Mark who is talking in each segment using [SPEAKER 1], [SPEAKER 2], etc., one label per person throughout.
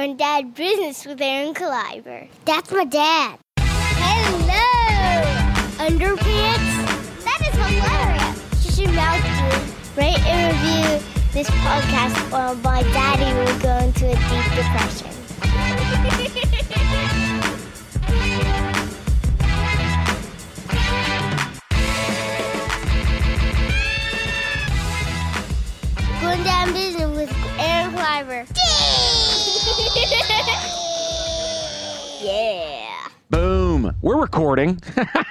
[SPEAKER 1] Granddad Business with Aaron Caliber. That's my dad. Hello! Underpants? That is hilarious! You should mouth to rate and review this podcast or my daddy will go into a deep depression. Granddad Business with Aaron Caliber. yeah!
[SPEAKER 2] Boom. We're recording.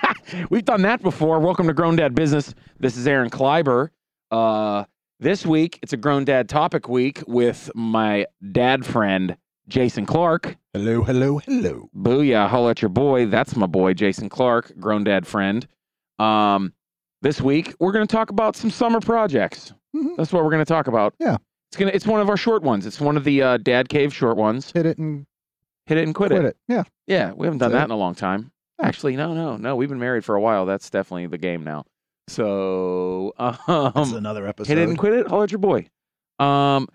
[SPEAKER 2] We've done that before. Welcome to Grown Dad Business. This is Aaron Kleiber. Uh, this week, it's a Grown Dad Topic Week with my dad friend, Jason Clark.
[SPEAKER 3] Hello, hello, hello.
[SPEAKER 2] Booyah. Holla at your boy. That's my boy, Jason Clark, Grown Dad friend. Um, this week, we're going to talk about some summer projects.
[SPEAKER 3] Mhm.
[SPEAKER 2] That's what we're going to talk about.
[SPEAKER 3] Yeah.
[SPEAKER 2] It's gonna. It's one of our short ones. It's one of the uh, Dad Cave short ones.
[SPEAKER 3] Hit it and
[SPEAKER 2] Hit it and quit,
[SPEAKER 3] quit
[SPEAKER 2] it.
[SPEAKER 3] it. Yeah.
[SPEAKER 2] Yeah, we haven't done
[SPEAKER 3] So-
[SPEAKER 2] that in a long time. Actually, no, no, no. We've been married for a while. That's definitely the game now. So,
[SPEAKER 3] That's
[SPEAKER 2] um,
[SPEAKER 3] another episode.
[SPEAKER 2] hit it and quit it. Holler at your boy. Um,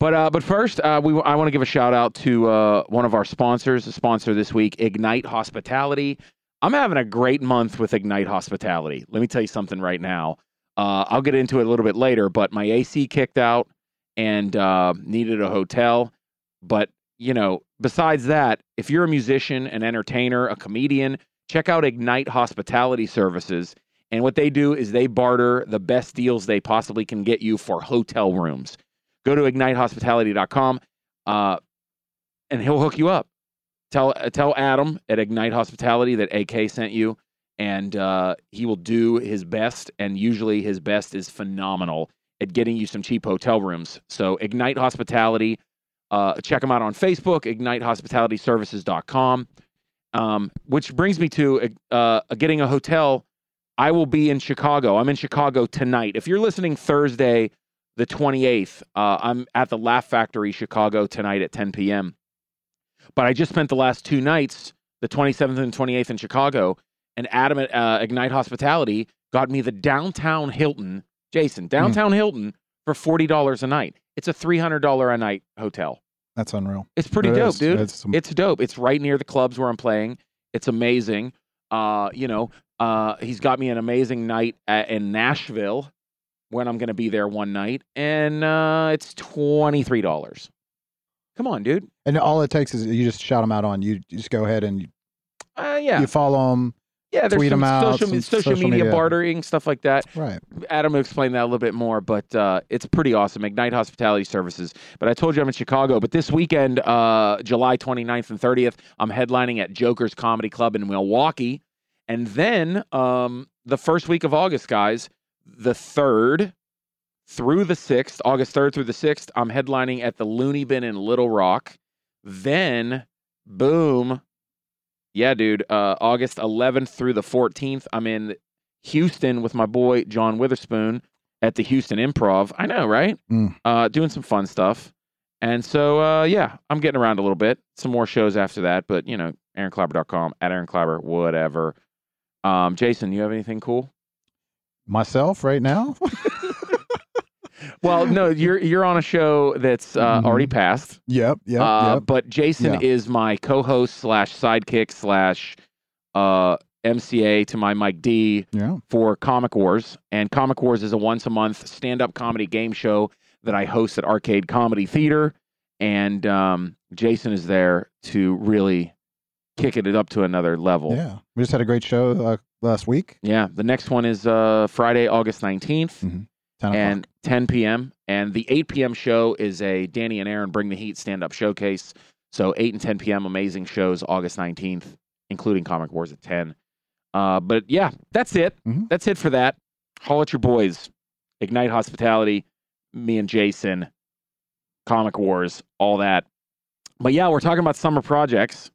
[SPEAKER 2] but uh, but first, uh, we I want to give a shout out to uh, one of our sponsors. The sponsor this week, Ignite Hospitality. I'm having a great month with Ignite Hospitality. Let me tell you something right now. Uh, I'll get into it a little bit later, but my AC kicked out and uh, needed a hotel. But you know, besides that, if you're a musician, an entertainer, a comedian, check out Ignite Hospitality Services. And what they do is they barter the best deals they possibly can get you for hotel rooms. Go to ignitehospitality.com uh, and he'll hook you up. Tell uh, tell Adam at Ignite Hospitality that AK sent you, and uh, he will do his best. And usually his best is phenomenal at getting you some cheap hotel rooms. So Ignite Hospitality, uh, check them out on Facebook, ignitehospitalityservices.com. Um, which brings me to uh, getting a hotel. I will be in Chicago. I'm in Chicago tonight. If you're listening Thursday, the 28th, uh, I'm at the Laugh Factory Chicago tonight at 10 p.m. But I just spent the last two nights, the 27th and 28th in Chicago, and Adam at uh, Ignite Hospitality got me the downtown Hilton, Jason, downtown Hilton for $40 a night. It's a $300 a night hotel.
[SPEAKER 3] That's unreal.
[SPEAKER 2] It's pretty
[SPEAKER 3] It
[SPEAKER 2] dope,
[SPEAKER 3] is.
[SPEAKER 2] dude.
[SPEAKER 3] It's some-
[SPEAKER 2] It's dope. It's right near the clubs where I'm playing. It's amazing. Uh, you know, uh, he's got me an amazing night at, in Nashville when I'm going to be there one night, and uh, it's twenty three dollars. Come on, dude.
[SPEAKER 3] and all it takes is you just shout them out on. You you just go ahead and you,
[SPEAKER 2] Uh, yeah,
[SPEAKER 3] you follow them.
[SPEAKER 2] yeah. There's
[SPEAKER 3] tweet
[SPEAKER 2] some
[SPEAKER 3] 'em out,
[SPEAKER 2] social,
[SPEAKER 3] some
[SPEAKER 2] social
[SPEAKER 3] social
[SPEAKER 2] media
[SPEAKER 3] media.
[SPEAKER 2] bartering stuff like that.
[SPEAKER 3] Right.
[SPEAKER 2] Adam will explain that a little bit more, but uh, it's pretty awesome. Ignite Hospitality Services. But I told you I'm in Chicago. But this weekend, uh, July 29th and 30th, I'm headlining at Joker's Comedy Club in Milwaukee. And then um, the first week of August, guys, the 3rd through the 6th, August 3rd through the 6th, I'm headlining at the Looney Bin in Little Rock. Then, boom. Yeah, dude, uh, August 11th through the 14th, I'm in Houston with my boy John Witherspoon at the Houston Improv. I know, right?
[SPEAKER 3] Mm.
[SPEAKER 2] Uh, doing some fun stuff. And so, uh, yeah, I'm getting around a little bit. Some more shows after that, but you know, AaronClauber.com at Aaron Clobber, whatever. Um, Jason, you have anything cool?
[SPEAKER 3] Myself right now.
[SPEAKER 2] Well, no, you're you're on a show that's uh,
[SPEAKER 3] Mhm.
[SPEAKER 2] already passed.
[SPEAKER 3] yep. Yep.
[SPEAKER 2] uh,
[SPEAKER 3] yep.
[SPEAKER 2] But Jason
[SPEAKER 3] Yeah.
[SPEAKER 2] is my co-host slash sidekick slash uh, MCA to my Mike D.
[SPEAKER 3] Yeah.
[SPEAKER 2] for Comic Wars, and Comic Wars is a once a month stand up comedy game show that I host at Arcade Comedy Theater. And um, Jason is there to really kick it up to another level.
[SPEAKER 3] Yeah. We just had a great show uh, last week.
[SPEAKER 2] Yeah, The next one is uh, Friday, August 19th
[SPEAKER 3] Mhm. Ten
[SPEAKER 2] and 10 p.m. And the 8 p.m. show is a Danny and Aaron Bring the Heat stand up showcase. So 8 and 10 p.m. amazing shows August 19th, including Comic Wars at 10. Uh, but yeah, that's it.
[SPEAKER 3] Mhm.
[SPEAKER 2] That's it for that. Holler at your boys. Ignite Hospitality, me and Jason, Comic Wars, all that. But yeah, we're talking about summer projects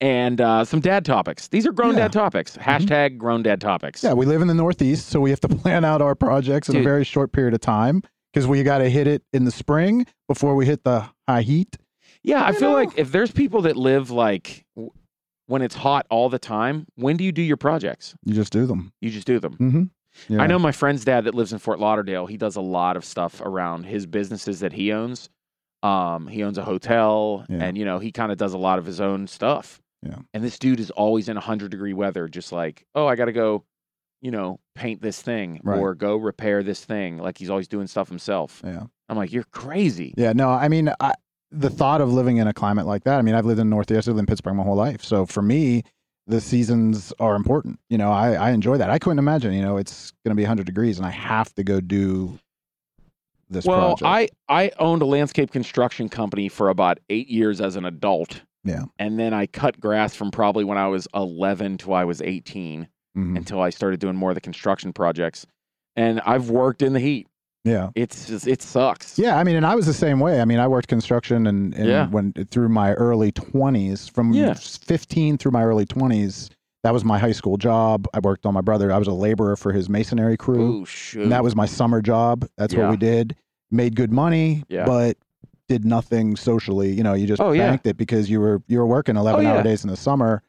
[SPEAKER 2] and uh, some dad topics. These are grown
[SPEAKER 3] Yeah.
[SPEAKER 2] dad
[SPEAKER 3] Mm-hmm.
[SPEAKER 2] topics. Hashtag grown dad topics.
[SPEAKER 3] Yeah. We live in the Northeast, so we have to plan out our projects in
[SPEAKER 2] Dude.
[SPEAKER 3] a very short period of time because we got to hit it in the spring before we hit the high heat.
[SPEAKER 2] Yeah, I
[SPEAKER 3] You
[SPEAKER 2] feel
[SPEAKER 3] know?
[SPEAKER 2] like if there's people that live like w- when it's hot all the time, when do you do your projects?
[SPEAKER 3] You just do them.
[SPEAKER 2] You just do them.
[SPEAKER 3] Mm-hmm.
[SPEAKER 2] I know my friend's dad that lives in Fort Lauderdale. He does a lot of stuff around his businesses that he owns. Um, he owns a hotel,
[SPEAKER 3] Yeah.
[SPEAKER 2] and you know he kind of does a lot of his own stuff.
[SPEAKER 3] Yeah.
[SPEAKER 2] And this dude is always in hundred degree weather, just like, oh, I got to go, you know, paint this thing
[SPEAKER 3] Right.
[SPEAKER 2] or go repair this thing. Like he's always doing stuff himself.
[SPEAKER 3] Yeah.
[SPEAKER 2] I'm like, you're crazy.
[SPEAKER 3] Yeah, no, I mean, I, the thought of living in a climate like that. I mean, I've lived in Northeast, I've lived in Pittsburgh my whole life. So for me, the seasons are important. You know, I, I enjoy that. I couldn't imagine, you know, it's going to be 100 degrees and I have to go do this
[SPEAKER 2] well,
[SPEAKER 3] project.
[SPEAKER 2] I I owned a landscape construction company for about eight years as an adult.
[SPEAKER 3] Yeah.
[SPEAKER 2] And then I cut grass from probably when I was 11 till I was 18
[SPEAKER 3] Mhm.
[SPEAKER 2] until I started doing more of the construction projects. And I've worked in the heat.
[SPEAKER 3] Yeah.
[SPEAKER 2] It's just, it sucks.
[SPEAKER 3] Yeah, I mean, and I was the same way. I mean, I worked construction and, and
[SPEAKER 2] Yeah.
[SPEAKER 3] when through my early 20s, from
[SPEAKER 2] Yeah.
[SPEAKER 3] 15 through my early 20s, that was my high school job. I worked on my brother. I was a laborer for his masonry crew.
[SPEAKER 2] Ooh, shoot.
[SPEAKER 3] And that was my summer job. That's
[SPEAKER 2] Yeah.
[SPEAKER 3] what we did. Made good money,
[SPEAKER 2] Yeah.
[SPEAKER 3] but did nothing socially. You know, you just
[SPEAKER 2] Oh, yeah. Oh,
[SPEAKER 3] banked it because you were you were working eleven
[SPEAKER 2] yeah.
[SPEAKER 3] hour days in the summer.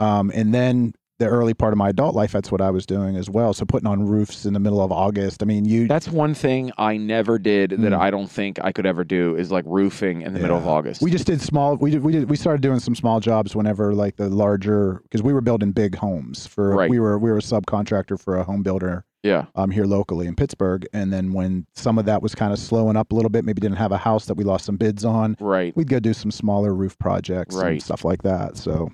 [SPEAKER 3] Um, and then the early part of my adult life, that's what I was doing as well. So putting on roofs in the middle of August. I mean, you
[SPEAKER 2] That's one thing I never did that
[SPEAKER 3] Mm.
[SPEAKER 2] I don't think I could ever do is like roofing in the middle of
[SPEAKER 3] Yeah.
[SPEAKER 2] August.
[SPEAKER 3] we just did small. We did we did we started doing some small jobs whenever like the larger because we were building big homes for
[SPEAKER 2] Right.
[SPEAKER 3] we were we were a subcontractor for a home builder
[SPEAKER 2] yeah.
[SPEAKER 3] um, here locally in Pittsburgh. And then when some of that was kind of slowing up a little bit, maybe didn't have a house that we lost some bids on,
[SPEAKER 2] Right.
[SPEAKER 3] we'd go do some smaller roof projects
[SPEAKER 2] Right.
[SPEAKER 3] and stuff like that. So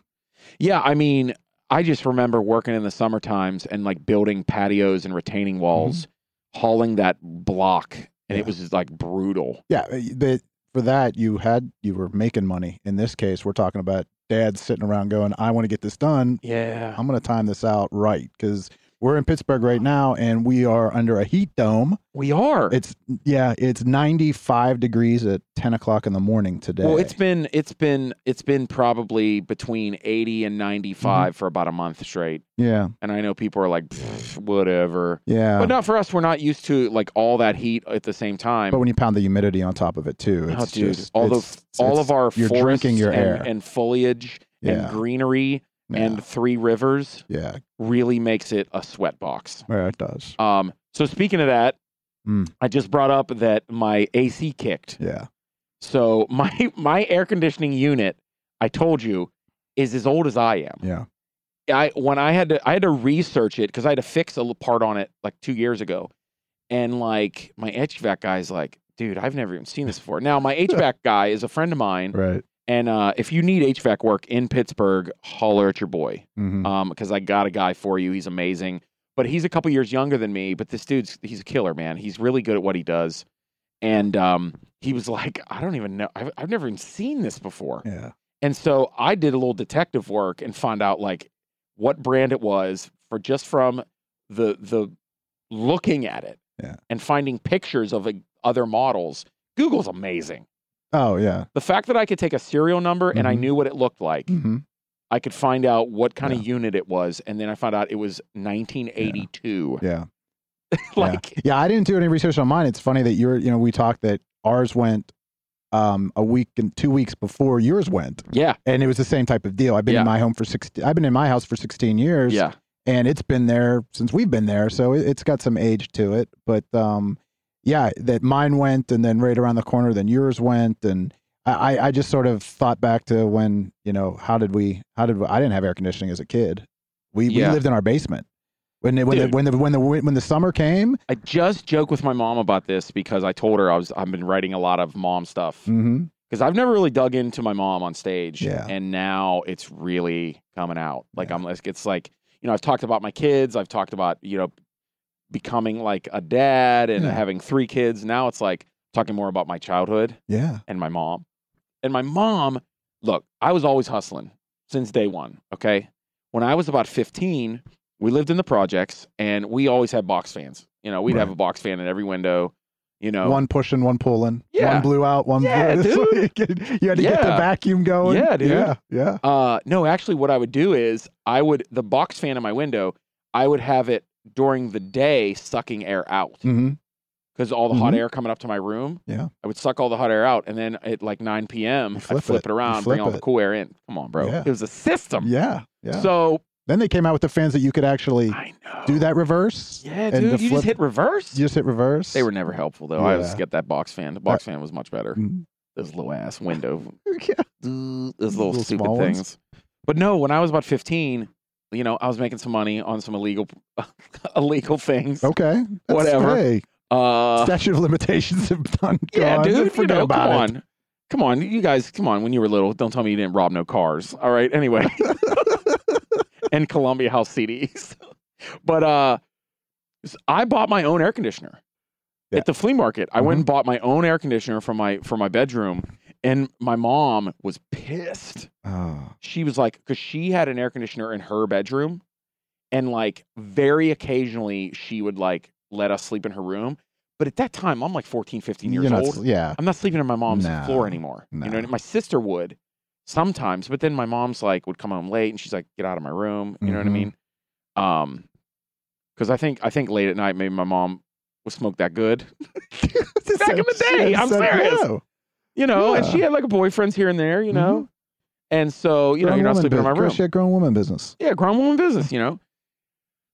[SPEAKER 2] Yeah, I mean, I just remember working in the summer times and like building patios and retaining walls, hauling that block, and
[SPEAKER 3] Yeah.
[SPEAKER 2] it was just like brutal.
[SPEAKER 3] yeah, but for that you had you were making money. In this case, we're talking about dads sitting around going, "I want to get this done.
[SPEAKER 2] Yeah.
[SPEAKER 3] I'm going to time this out right because." We're in Pittsburgh right now, and we are under a heat dome.
[SPEAKER 2] We are.
[SPEAKER 3] It's yeah, it's 95 degrees at 10 o'clock in the morning today.
[SPEAKER 2] well, it's been it's been it's been probably between 80 and 95 for about a month straight.
[SPEAKER 3] yeah,
[SPEAKER 2] And I know people are like "Pfft, whatever.
[SPEAKER 3] yeah.
[SPEAKER 2] But not for us. We're not used to like all that heat at the same time.
[SPEAKER 3] But when you pound the humidity on top of it too,
[SPEAKER 2] Oh,
[SPEAKER 3] it's
[SPEAKER 2] dude,
[SPEAKER 3] just
[SPEAKER 2] all the
[SPEAKER 3] it's-
[SPEAKER 2] all
[SPEAKER 3] it's-
[SPEAKER 2] of our
[SPEAKER 3] you're
[SPEAKER 2] forests
[SPEAKER 3] drinking your
[SPEAKER 2] and,
[SPEAKER 3] air.
[SPEAKER 2] and foliage
[SPEAKER 3] Yeah.
[SPEAKER 2] and greenery and three rivers
[SPEAKER 3] yeah,
[SPEAKER 2] really makes it a sweat box.
[SPEAKER 3] yeah, it does.
[SPEAKER 2] Um, so speaking of that,
[SPEAKER 3] Mm.
[SPEAKER 2] I just brought up that my AC kicked.
[SPEAKER 3] Yeah,
[SPEAKER 2] So my my air conditioning unit, I told you, is as old as I am.
[SPEAKER 3] yeah,
[SPEAKER 2] I when I had to I had to research it because I had to fix a little part on it like two years ago, and like my HVAC guy's like, dude, I've never even seen this before. Now my HVAC guy is a friend of mine,
[SPEAKER 3] right.
[SPEAKER 2] and uh, if you need HVAC work in Pittsburgh, holler at your boy
[SPEAKER 3] hmm
[SPEAKER 2] um because i got a guy for you he's amazing but he's a couple years younger than me but this dude's he's a killer man he's really good at what he does and um he was like i don't even know i've, I've never even seen this before
[SPEAKER 3] yeah,
[SPEAKER 2] and so i did a little detective work and found out like what brand it was for just from the the looking at it
[SPEAKER 3] Yeah.
[SPEAKER 2] and finding pictures of like, other models google's amazing
[SPEAKER 3] oh yeah,
[SPEAKER 2] the fact that i could take a serial number and i
[SPEAKER 3] Mhm.
[SPEAKER 2] knew what it looked like
[SPEAKER 3] hmm
[SPEAKER 2] I could find out what kind of unit it was, and then I found out it was 1982.
[SPEAKER 3] yeah,
[SPEAKER 2] like,
[SPEAKER 3] yeah. I didn't do any research on mine. It's funny that you're, you know, we talked that ours went um a week and two weeks before yours went,
[SPEAKER 2] yeah,
[SPEAKER 3] and it was the same type of deal. I've been
[SPEAKER 2] Yeah.
[SPEAKER 3] in my home for sixteen. I've been in my house for sixteen years.
[SPEAKER 2] yeah,
[SPEAKER 3] and it's been there since we've been there so it, it's got some age to it but um yeah that mine went and then right around the corner then yours went and I, I I just sort of thought back to when you know how did we how did we, I didn't have air conditioning as a kid we,
[SPEAKER 2] Yeah.
[SPEAKER 3] we lived in our basement when it, when, the,
[SPEAKER 2] Dude.
[SPEAKER 3] when the when the when the summer came
[SPEAKER 2] I just joke with my mom about this because I told her I was I've been writing a lot of mom stuff
[SPEAKER 3] mm-hmm.
[SPEAKER 2] because I've never really dug into my mom on stage,
[SPEAKER 3] Yeah.
[SPEAKER 2] and now it's really coming out. Like
[SPEAKER 3] Yeah.
[SPEAKER 2] I'm, like- it's like you know I've talked about my kids, I've talked about you know becoming like a dad and
[SPEAKER 3] Yeah.
[SPEAKER 2] having three kids. Now it's like talking more about my childhood.
[SPEAKER 3] yeah
[SPEAKER 2] and my mom. And my mom, look, I was always hustling since day one. Okay. When I was about 15, we lived in the projects and we always had box fans. You know, we'd have
[SPEAKER 3] Right.
[SPEAKER 2] a box fan in every window, you know.
[SPEAKER 3] one pushing one pulling
[SPEAKER 2] Oh. Yeah.
[SPEAKER 3] one blew out one
[SPEAKER 2] Yeah,
[SPEAKER 3] blew
[SPEAKER 2] dude.
[SPEAKER 3] you had to get the
[SPEAKER 2] Yeah.
[SPEAKER 3] vacuum going
[SPEAKER 2] Yeah, dude.
[SPEAKER 3] yeah yeah
[SPEAKER 2] Uh, no, actually, what I would do is I would, the box fan in my window, I would have it during the day sucking air out
[SPEAKER 3] mm-hmm.
[SPEAKER 2] because all the hot
[SPEAKER 3] Mhm.
[SPEAKER 2] air coming up to my room.
[SPEAKER 3] Yeah.
[SPEAKER 2] I would suck all the hot air out. And then at like 9 p.m.,
[SPEAKER 3] You
[SPEAKER 2] I'd
[SPEAKER 3] flip
[SPEAKER 2] flip
[SPEAKER 3] it.
[SPEAKER 2] it,
[SPEAKER 3] You
[SPEAKER 2] around,
[SPEAKER 3] flip
[SPEAKER 2] bring all the
[SPEAKER 3] it.
[SPEAKER 2] cool air in. Come on, bro.
[SPEAKER 3] Yeah.
[SPEAKER 2] It was a system.
[SPEAKER 3] yeah yeah
[SPEAKER 2] So
[SPEAKER 3] then they came out with the fans that you could actually
[SPEAKER 2] I know.
[SPEAKER 3] do that reverse.
[SPEAKER 2] Yeah,
[SPEAKER 3] and
[SPEAKER 2] dude,
[SPEAKER 3] the
[SPEAKER 2] you
[SPEAKER 3] flip-
[SPEAKER 2] just hit reverse.
[SPEAKER 3] You just hit reverse.
[SPEAKER 2] they were never helpful though. I always
[SPEAKER 3] Yeah. Uh,
[SPEAKER 2] get that box fan. The box fan was much better.
[SPEAKER 3] Mm.
[SPEAKER 2] those little ass window,
[SPEAKER 3] Yeah.
[SPEAKER 2] those little
[SPEAKER 3] Little
[SPEAKER 2] stupid
[SPEAKER 3] small
[SPEAKER 2] things.
[SPEAKER 3] ones.
[SPEAKER 2] But no, when I was about fifteen, you know, I was making some money on some illegal, illegal things.
[SPEAKER 3] Okay. That's-
[SPEAKER 2] Whatever.
[SPEAKER 3] Hey,
[SPEAKER 2] Uh,
[SPEAKER 3] statute of limitations have done.
[SPEAKER 2] yeah,
[SPEAKER 3] gone.
[SPEAKER 2] dude.
[SPEAKER 3] Forget
[SPEAKER 2] you know,
[SPEAKER 3] about
[SPEAKER 2] come
[SPEAKER 3] it.
[SPEAKER 2] on, come on, you guys, come on. When you were little, don't tell me you didn't rob no cars. All right. Anyway, and Columbia House CDs. but uh, s- I bought my own air conditioner
[SPEAKER 3] Yeah. Mm-hmm.
[SPEAKER 2] at the flea market. I went and bought my own air conditioner for my for my bedroom, and my mom was pissed
[SPEAKER 3] Oh,
[SPEAKER 2] she was like, because she had an air conditioner in her bedroom, and like very occasionally she would like let us sleep in her room. But at that time, I'm like 14, 15 years
[SPEAKER 3] you're not-
[SPEAKER 2] old.
[SPEAKER 3] yeah.
[SPEAKER 2] I'm not sleeping on my mom's
[SPEAKER 3] No,
[SPEAKER 2] floor anymore. You know,
[SPEAKER 3] no.
[SPEAKER 2] and my sister would sometimes, but then my mom's like would come home late and she's like, "Get out of my room." You know what I
[SPEAKER 3] Mhm.
[SPEAKER 2] mean? Um, because I think I think late at night maybe my mom was smoked that good, Back in the day,
[SPEAKER 3] Yeah,
[SPEAKER 2] I'm
[SPEAKER 3] so-
[SPEAKER 2] serious.
[SPEAKER 3] yeah.
[SPEAKER 2] you know. And
[SPEAKER 3] Yeah.
[SPEAKER 2] she had like boyfriends here and there, you know. And so you know,
[SPEAKER 3] Grown
[SPEAKER 2] you're not
[SPEAKER 3] woman
[SPEAKER 2] sleeping in my
[SPEAKER 3] business. Girl,
[SPEAKER 2] room.
[SPEAKER 3] She had grown woman business.
[SPEAKER 2] Yeah, grown woman business, you know.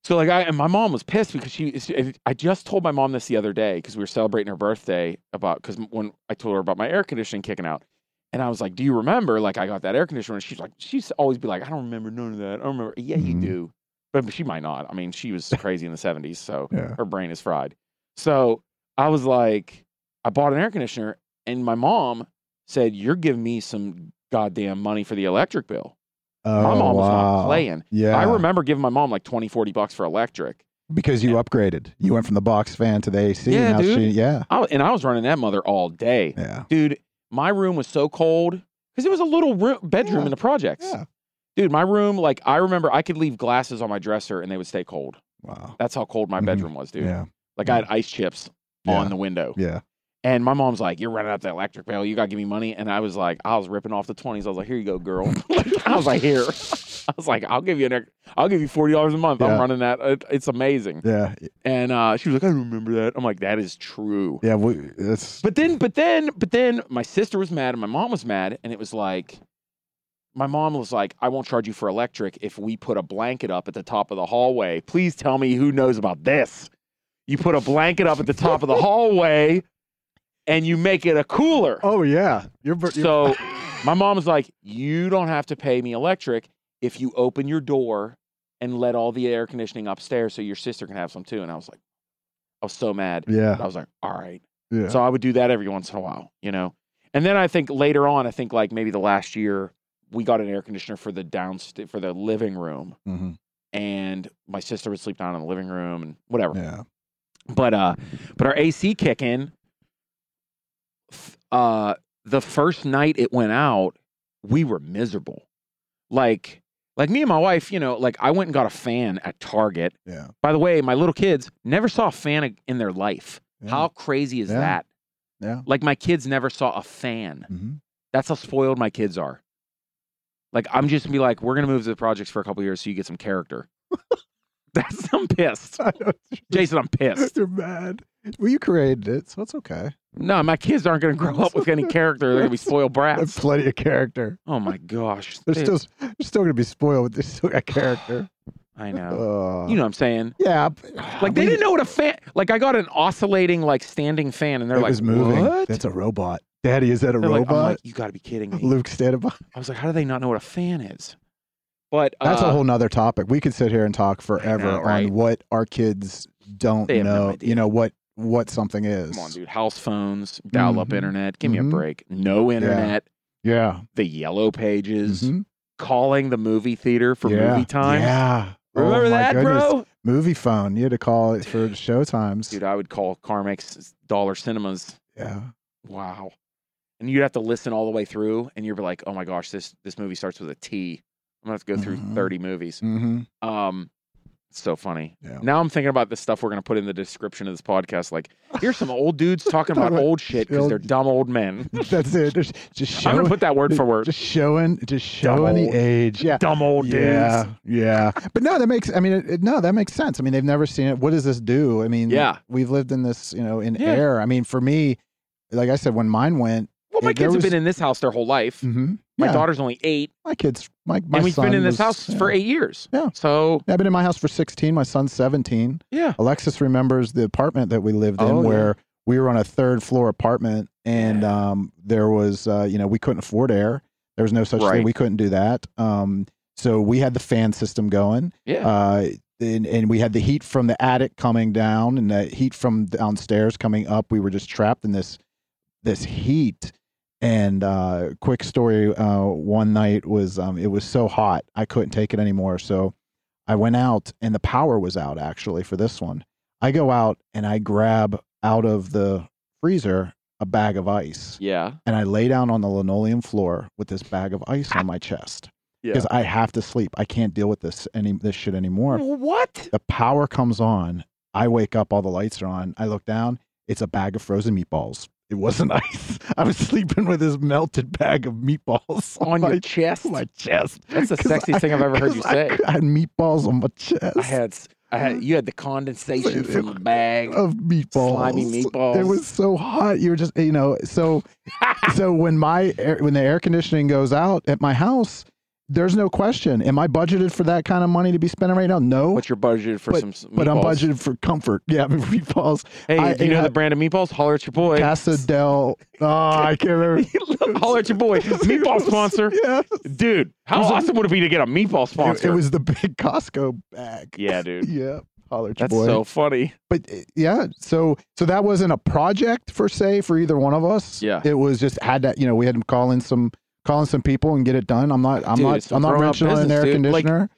[SPEAKER 2] So like I and my mom was pissed because she, she I just told my mom this the other day because we were celebrating her birthday about because when I told her about my air conditioning kicking out, and I was like, "Do you remember? Like I got that air conditioner." And she's like, she's always be like, "I don't remember none of that. I don't remember." Yeah, you
[SPEAKER 3] Mhm.
[SPEAKER 2] do, but, but she might not. I mean, she was crazy in the seventies, so
[SPEAKER 3] Yeah.
[SPEAKER 2] her brain is fried. So I was like, I bought an air conditioner, and my mom said, "You're giving me some goddamn money for the electric bill."
[SPEAKER 3] Oh,
[SPEAKER 2] my mom was not
[SPEAKER 3] wow.
[SPEAKER 2] playing.
[SPEAKER 3] Yeah.
[SPEAKER 2] I remember giving my mom like 20, 40 bucks for electric.
[SPEAKER 3] because you upgraded. You went from the box fan to the AC.
[SPEAKER 2] Yeah,
[SPEAKER 3] now
[SPEAKER 2] dude.
[SPEAKER 3] She, yeah.
[SPEAKER 2] I, and I was running that mother all day.
[SPEAKER 3] Yeah.
[SPEAKER 2] Dude, my room was so cold because it was a little room, bedroom
[SPEAKER 3] Yeah.
[SPEAKER 2] in the projects.
[SPEAKER 3] Yeah.
[SPEAKER 2] Dude, my room, like, I remember I could leave glasses on my dresser and they would stay cold.
[SPEAKER 3] Wow.
[SPEAKER 2] That's how cold my
[SPEAKER 3] Mhm.
[SPEAKER 2] bedroom was, dude.
[SPEAKER 3] Yeah.
[SPEAKER 2] Like, I had ice chips
[SPEAKER 3] Yeah.
[SPEAKER 2] on the window.
[SPEAKER 3] Yeah.
[SPEAKER 2] And my mom's like, You're running up that electric bill. You got to give me money. And I was like, I was ripping off the 20s. I was like, Here you go, girl. I was like, Here. I was like, I'll give you an, ex- I'll give you $40 a month. I'm
[SPEAKER 3] Yeah.
[SPEAKER 2] running that. It, it's amazing.
[SPEAKER 3] Yeah.
[SPEAKER 2] And uh, she was like, I don't remember that. I'm like, that is true.
[SPEAKER 3] Yeah. We, that's
[SPEAKER 2] But then, but then, but then my sister was mad and my mom was mad. And it was like, my mom was like, I won't charge you for electric if we put a blanket up at the top of the hallway. Please tell me who knows about this. You put a blanket up at the top of the hallway and you make it a cooler.
[SPEAKER 3] Oh yeah. You're, br- you're
[SPEAKER 2] So my mom was like, You don't have to pay me electric if you open your door and let all the air conditioning upstairs so your sister can have some too. And I was like, I was so mad.
[SPEAKER 3] Yeah.
[SPEAKER 2] I was like, all right.
[SPEAKER 3] Yeah.
[SPEAKER 2] So I would do that every once in a while, you know? And then I think later on, I think like maybe the last year, we got an air conditioner for the downstairs, for the living room.
[SPEAKER 3] Mhm.
[SPEAKER 2] And my sister would sleep down in the living room and whatever.
[SPEAKER 3] Yeah.
[SPEAKER 2] But, uh, but our AC kick in, f- uh, the first night it went out, we were miserable. Like, like me and my wife, you know, like I went and got a fan at Target.
[SPEAKER 3] Yeah.
[SPEAKER 2] By the way, my little kids never saw a fan in their life.
[SPEAKER 3] Yeah.
[SPEAKER 2] How crazy is
[SPEAKER 3] Mm. Yeah.
[SPEAKER 2] that?
[SPEAKER 3] Yeah.
[SPEAKER 2] Like my kids never saw a fan.
[SPEAKER 3] Mhm.
[SPEAKER 2] That's how spoiled my kids are. Like I'm just gonna be like, we're gonna move to the projects for a couple years so you get some character. That's I'm pissed,
[SPEAKER 3] I know.
[SPEAKER 2] Jason. I'm pissed.
[SPEAKER 3] You're mad. Well, you created it, so it's okay.
[SPEAKER 2] No, my kids aren't gonna grow up with any character. They're gonna be spoiled
[SPEAKER 3] There's
[SPEAKER 2] brats.
[SPEAKER 3] plenty of character.
[SPEAKER 2] Oh my gosh,
[SPEAKER 3] They're
[SPEAKER 2] They-
[SPEAKER 3] still they're still gonna be spoiled. But they still got character.
[SPEAKER 2] I know.
[SPEAKER 3] Uh,
[SPEAKER 2] You know what I'm saying?
[SPEAKER 3] Yeah. ah,
[SPEAKER 2] Like they didn't know what a fan. Like I got an oscillating, like standing fan, and they're
[SPEAKER 3] it
[SPEAKER 2] like,
[SPEAKER 3] was moving.
[SPEAKER 2] "What?"
[SPEAKER 3] That's a robot. Daddy, is that a
[SPEAKER 2] They're like,
[SPEAKER 3] robot?
[SPEAKER 2] I'm like, you got to be kidding me.
[SPEAKER 3] Luke, stand by.
[SPEAKER 2] I was like, how do they not know what a fan is? But
[SPEAKER 3] That's
[SPEAKER 2] uh,
[SPEAKER 3] a whole nother topic. We could sit here and talk forever
[SPEAKER 2] know, right?
[SPEAKER 3] on what our kids don't
[SPEAKER 2] They have no
[SPEAKER 3] know.
[SPEAKER 2] idea.
[SPEAKER 3] you know what what something is.
[SPEAKER 2] Come on, dude. House phones, dial up
[SPEAKER 3] Mhm.
[SPEAKER 2] internet. Give me
[SPEAKER 3] Mhm.
[SPEAKER 2] a break. No internet.
[SPEAKER 3] Yeah.
[SPEAKER 2] The yellow pages.
[SPEAKER 3] Mhm.
[SPEAKER 2] Calling the movie theater for
[SPEAKER 3] Yeah.
[SPEAKER 2] movie time.
[SPEAKER 3] Yeah. Oh,
[SPEAKER 2] Remember
[SPEAKER 3] my
[SPEAKER 2] that,
[SPEAKER 3] goodness.
[SPEAKER 2] bro?
[SPEAKER 3] Movie phone. You had to call it for show times.
[SPEAKER 2] Dude, I would call Carmex Dollar Cinemas.
[SPEAKER 3] Yeah.
[SPEAKER 2] Wow. And you'd have to listen all the way through, and you'd be like, "Oh my gosh, this this movie starts with a T. I'm gonna have to go through
[SPEAKER 3] Mhm.
[SPEAKER 2] 30 movies."
[SPEAKER 3] Mm-hmm.
[SPEAKER 2] Um, it's so funny.
[SPEAKER 3] Yeah.
[SPEAKER 2] Now I'm thinking about the stuff we're gonna put in the description of this podcast. Like, here's some old dudes talking about
[SPEAKER 3] Talking about
[SPEAKER 2] old shit because
[SPEAKER 3] old-
[SPEAKER 2] they're dumb old men.
[SPEAKER 3] Mm-hmm. That's it. Just, just
[SPEAKER 2] I'm gonna
[SPEAKER 3] showing.
[SPEAKER 2] put that word for word.
[SPEAKER 3] Just showing. Just showing
[SPEAKER 2] old-
[SPEAKER 3] the age. Yeah.
[SPEAKER 2] Dumb old
[SPEAKER 3] yeah.
[SPEAKER 2] dudes.
[SPEAKER 3] Yeah. But no, that makes. I mean, it, it- no, that makes sense. I mean, they've never seen it. What does this do? I mean,
[SPEAKER 2] Yeah.
[SPEAKER 3] we've lived in this, you know, in
[SPEAKER 2] Yeah.
[SPEAKER 3] air. I mean, for me, like I said, when mine went,
[SPEAKER 2] Well, my
[SPEAKER 3] If there
[SPEAKER 2] kids
[SPEAKER 3] was-
[SPEAKER 2] have been in this house their whole life.
[SPEAKER 3] mhm,
[SPEAKER 2] Mm-hmm. My
[SPEAKER 3] yeah,
[SPEAKER 2] daughter's only eight,
[SPEAKER 3] my kids, my my
[SPEAKER 2] and we've been
[SPEAKER 3] son
[SPEAKER 2] in this
[SPEAKER 3] was,
[SPEAKER 2] house
[SPEAKER 3] yeah.
[SPEAKER 2] for eight years.
[SPEAKER 3] Yeah.
[SPEAKER 2] So
[SPEAKER 3] Yeah, I've been in my house for 16. My son's 17.
[SPEAKER 2] yeah,
[SPEAKER 3] Alexis remembers the apartment that we lived in
[SPEAKER 2] Oh, yeah.
[SPEAKER 3] where we were on a third floor apartment and um, there was uh, you know we couldn't afford air there was no such
[SPEAKER 2] Right.
[SPEAKER 3] thing we couldn't do that um, so we had the fan system going
[SPEAKER 2] Yeah.
[SPEAKER 3] uh, and, and we had the heat from the attic coming down and the heat from downstairs coming up we were just trapped in this this heat and uh quick story uh one night was um it was so hot i couldn't take it anymore so i went out and the power was out actually for this one i go out and i grab out of the freezer a bag of ice
[SPEAKER 2] yeah.
[SPEAKER 3] and i lay down on the linoleum floor with this bag of ice on my chest
[SPEAKER 2] Yeah.
[SPEAKER 3] because i have to sleep i can't deal with this any this shit anymore
[SPEAKER 2] What?
[SPEAKER 3] the power comes on. I wake up, all the lights are on. I look down, it's a bag of frozen meatballs. It wasn't ice. I was sleeping with this melted bag of meatballs
[SPEAKER 2] On
[SPEAKER 3] my,
[SPEAKER 2] your chest?
[SPEAKER 3] on my chest.
[SPEAKER 2] That's the
[SPEAKER 3] 'Cause
[SPEAKER 2] sexiest
[SPEAKER 3] I-
[SPEAKER 2] thing I've ever heard you
[SPEAKER 3] 'cause I
[SPEAKER 2] say.
[SPEAKER 3] c- I had meatballs on my chest
[SPEAKER 2] I had, I had, you had the condensation from the bag.
[SPEAKER 3] of meatballs.
[SPEAKER 2] Slimy meatballs.
[SPEAKER 3] It was so hot. You were just, you know, so so when my air, when the air conditioning goes out at my house, there's no question. Am I budgeted for that kind of money to be spending right now? No.
[SPEAKER 2] What's your budget for some? Meatballs?
[SPEAKER 3] oh. but I'm budgeted for comfort. Yeah, meatballs.
[SPEAKER 2] Hey,
[SPEAKER 3] I-
[SPEAKER 2] do you know
[SPEAKER 3] I-
[SPEAKER 2] the brand of meatballs? Holler at your boy.
[SPEAKER 3] Casa del. Oh, I can't remember.
[SPEAKER 2] Holler at your boy. Meatball sponsor.
[SPEAKER 3] Yeah.
[SPEAKER 2] Dude, how
[SPEAKER 3] It was a-
[SPEAKER 2] awesome would it be to get a meatball
[SPEAKER 3] It,
[SPEAKER 2] sponsor?
[SPEAKER 3] it was the big Costco bag.
[SPEAKER 2] yeah, dude.
[SPEAKER 3] Yeah. Holler at your
[SPEAKER 2] That's
[SPEAKER 3] boy.
[SPEAKER 2] so funny.
[SPEAKER 3] but uh, yeah, so so that wasn't a project for say for either one of us.
[SPEAKER 2] Yeah.
[SPEAKER 3] It was just had to you know we had to call in some call in some people and get it done. I'm not I'm
[SPEAKER 2] Dude, it's
[SPEAKER 3] not
[SPEAKER 2] some
[SPEAKER 3] I'm not
[SPEAKER 2] grown-up
[SPEAKER 3] wrenching on an
[SPEAKER 2] business,
[SPEAKER 3] air
[SPEAKER 2] dude. Like-
[SPEAKER 3] conditioner.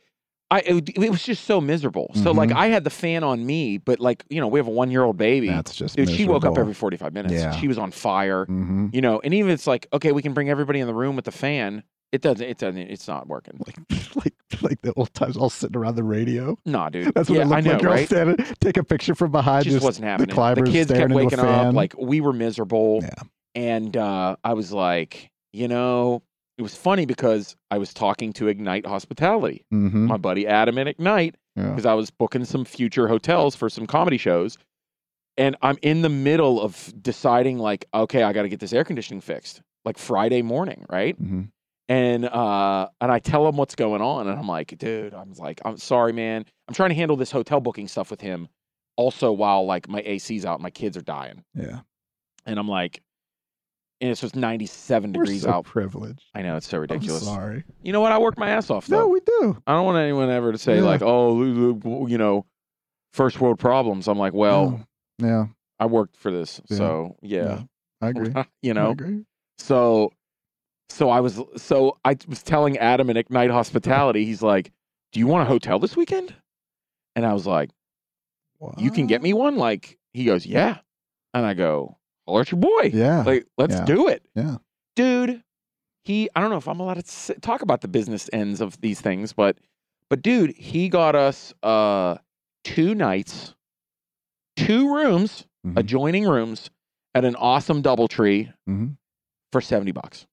[SPEAKER 2] I it, would- it was just so miserable. So like
[SPEAKER 3] Mhm.
[SPEAKER 2] I had the fan on me, but like you know we have a one year old baby.
[SPEAKER 3] That's just
[SPEAKER 2] Dude, she woke up
[SPEAKER 3] miserable.
[SPEAKER 2] every forty five minutes.
[SPEAKER 3] Yeah.
[SPEAKER 2] She was on fire.
[SPEAKER 3] Mhm.
[SPEAKER 2] You know, and even it's like okay, we can bring everybody in the room with the fan. It doesn't. It doesn't. It's not working.
[SPEAKER 3] like like like the old times all sitting around the radio.
[SPEAKER 2] Nah, dude.
[SPEAKER 3] That's what
[SPEAKER 2] yeah,
[SPEAKER 3] it looked
[SPEAKER 2] I know,
[SPEAKER 3] like. You're all
[SPEAKER 2] right?
[SPEAKER 3] standing, take a picture from behind.
[SPEAKER 2] just, wasn't happening. The,
[SPEAKER 3] climbers
[SPEAKER 2] kids
[SPEAKER 3] staring
[SPEAKER 2] kept
[SPEAKER 3] into a
[SPEAKER 2] waking up.
[SPEAKER 3] fan.
[SPEAKER 2] Like we were miserable.
[SPEAKER 3] Yeah.
[SPEAKER 2] And uh, I was like, you know, it was funny because I was talking to Ignite Hospitality,
[SPEAKER 3] Mhm.
[SPEAKER 2] my buddy Adam at Ignite,
[SPEAKER 3] Yeah.
[SPEAKER 2] because I was booking some future hotels for some comedy shows. And I'm in the middle of deciding, like, okay, I got to get this air conditioning fixed, like Friday morning, right?
[SPEAKER 3] Mhm.
[SPEAKER 2] and uh and I tell him what's going on and I'm like, dude, I'm like, I'm sorry, man. I'm trying to handle this hotel booking stuff with him also while like my AC's out, and my kids are dying.
[SPEAKER 3] Yeah.
[SPEAKER 2] And I'm like, and it's just 97
[SPEAKER 3] We're
[SPEAKER 2] degrees
[SPEAKER 3] so
[SPEAKER 2] out.
[SPEAKER 3] privileged.
[SPEAKER 2] I know it's so ridiculous.
[SPEAKER 3] I'm sorry.
[SPEAKER 2] You know what? I work my ass off
[SPEAKER 3] No,
[SPEAKER 2] though.
[SPEAKER 3] we do.
[SPEAKER 2] I don't want anyone ever to say
[SPEAKER 3] Yeah.
[SPEAKER 2] like, oh, lu- lu- you know, first world problems. I'm like, well,
[SPEAKER 3] yeah, Mm. yeah,
[SPEAKER 2] I worked for this,
[SPEAKER 3] Yeah.
[SPEAKER 2] so yeah,
[SPEAKER 3] Yeah. I agree.
[SPEAKER 2] you
[SPEAKER 3] I
[SPEAKER 2] know.
[SPEAKER 3] agree.
[SPEAKER 2] So, so I was so I was telling Adam at Ignite Hospitality. He's like, "Do you want a hotel this weekend?" And I was like, "You can
[SPEAKER 3] Uh.
[SPEAKER 2] get me one." Like he goes, "Yeah," and I go, "Holler at your boy."
[SPEAKER 3] Yeah,
[SPEAKER 2] Like let's
[SPEAKER 3] Yeah.
[SPEAKER 2] do it.
[SPEAKER 3] Yeah.
[SPEAKER 2] dude. He I don't know if I'm allowed to s- talk about the business ends of these things, but but dude, he got us uh two nights, two rooms,
[SPEAKER 3] Mhm.
[SPEAKER 2] adjoining rooms, at an awesome DoubleTree
[SPEAKER 3] Mhm.
[SPEAKER 2] for seventy bucks.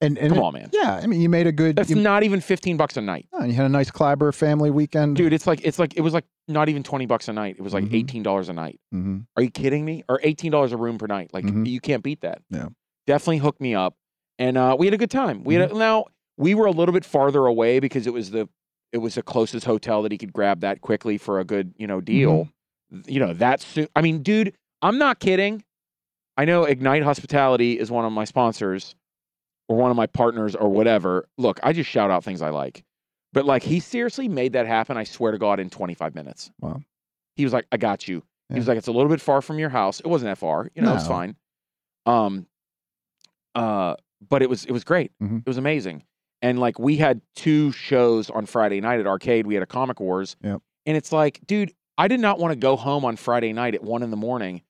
[SPEAKER 3] and and
[SPEAKER 2] Come
[SPEAKER 3] it-
[SPEAKER 2] on, man.
[SPEAKER 3] yeah. I mean, you made a good.
[SPEAKER 2] That's
[SPEAKER 3] You,
[SPEAKER 2] not even fifteen bucks a night,
[SPEAKER 3] yeah, you had a nice Clyber family weekend,
[SPEAKER 2] dude. It's like it's like it was like not even twenty bucks a night. It was like
[SPEAKER 3] Mhm.
[SPEAKER 2] eighteen dollars a night.
[SPEAKER 3] hmm
[SPEAKER 2] Are you kidding me? Or eighteen dollars a room per night? Like
[SPEAKER 3] Mhm.
[SPEAKER 2] you can't beat that.
[SPEAKER 3] Yeah.
[SPEAKER 2] definitely hook me up. And uh, we had a good time. We
[SPEAKER 3] Mm-hmm.
[SPEAKER 2] had a, now we were a little bit farther away because it was the it was the closest hotel that he could grab that quickly for a good you know deal.
[SPEAKER 3] Mm-hmm.
[SPEAKER 2] You know that soon. I mean, dude, I'm not kidding. I know Ignite Hospitality is one of my sponsors or one of my partners or whatever. Look, I just shout out things I like. But like he seriously made that happen, I swear to God, in 25 minutes.
[SPEAKER 3] Wow.
[SPEAKER 2] He was like, I got you. He
[SPEAKER 3] Yeah.
[SPEAKER 2] was like, it's a little bit far from your house. It wasn't that far. You know, it's
[SPEAKER 3] No.
[SPEAKER 2] fine. Um uh but it was it was great.
[SPEAKER 3] Mhm.
[SPEAKER 2] It was amazing. And like we had two shows on Friday night at Arcade. We had a Comic Wars.
[SPEAKER 3] Yep.
[SPEAKER 2] And it's like, dude, I did not want to go home on Friday night at one in the morning.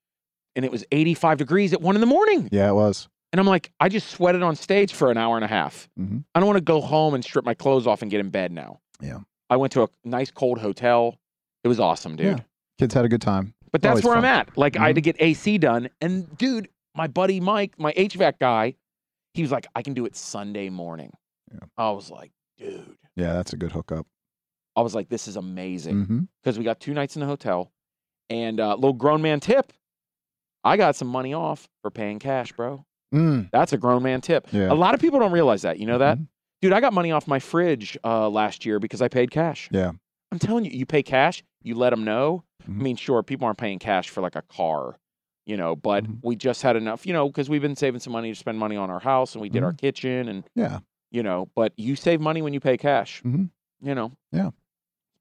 [SPEAKER 2] And it was 85 degrees at one in the morning.
[SPEAKER 3] Yeah, it was.
[SPEAKER 2] And I'm like, I just sweated on stage for an hour and a half.
[SPEAKER 3] Mhm.
[SPEAKER 2] I don't want to go home and strip my clothes off and get in bed now.
[SPEAKER 3] Yeah.
[SPEAKER 2] I went to a nice cold hotel. It was awesome, dude.
[SPEAKER 3] Yeah. Kids had a good time.
[SPEAKER 2] But that's
[SPEAKER 3] Always
[SPEAKER 2] where I'm
[SPEAKER 3] fun. Mm-hmm.
[SPEAKER 2] at. Like, I had to get AC done. And dude, my buddy Mike, my HVAC guy, he was like, I can do it Sunday morning.
[SPEAKER 3] Yeah.
[SPEAKER 2] I was like, dude,
[SPEAKER 3] Yeah, that's a good hookup.
[SPEAKER 2] I was like, this is amazing
[SPEAKER 3] Mm-hmm.
[SPEAKER 2] because we got two nights in the hotel and uh, little grown man tip. I got some money off for paying cash, bro.
[SPEAKER 3] Mm.
[SPEAKER 2] That's a grown man tip.
[SPEAKER 3] Yeah.
[SPEAKER 2] A lot of people don't realize that. You know that?
[SPEAKER 3] Mhm.
[SPEAKER 2] Dude, I got money off my fridge uh, last year because I paid cash.
[SPEAKER 3] Yeah.
[SPEAKER 2] I'm telling you, you pay cash, you let them know. I
[SPEAKER 3] Mhm.
[SPEAKER 2] mean, sure, people aren't paying cash for like a car you know, but
[SPEAKER 3] Mhm.
[SPEAKER 2] we just had enough, you know, because we've been saving some money to spend money on our house and we did our
[SPEAKER 3] Mm-hmm.
[SPEAKER 2] kitchen and,
[SPEAKER 3] Yeah.
[SPEAKER 2] you know, but you save money when you pay cash,
[SPEAKER 3] Mhm.
[SPEAKER 2] you know?
[SPEAKER 3] Yeah.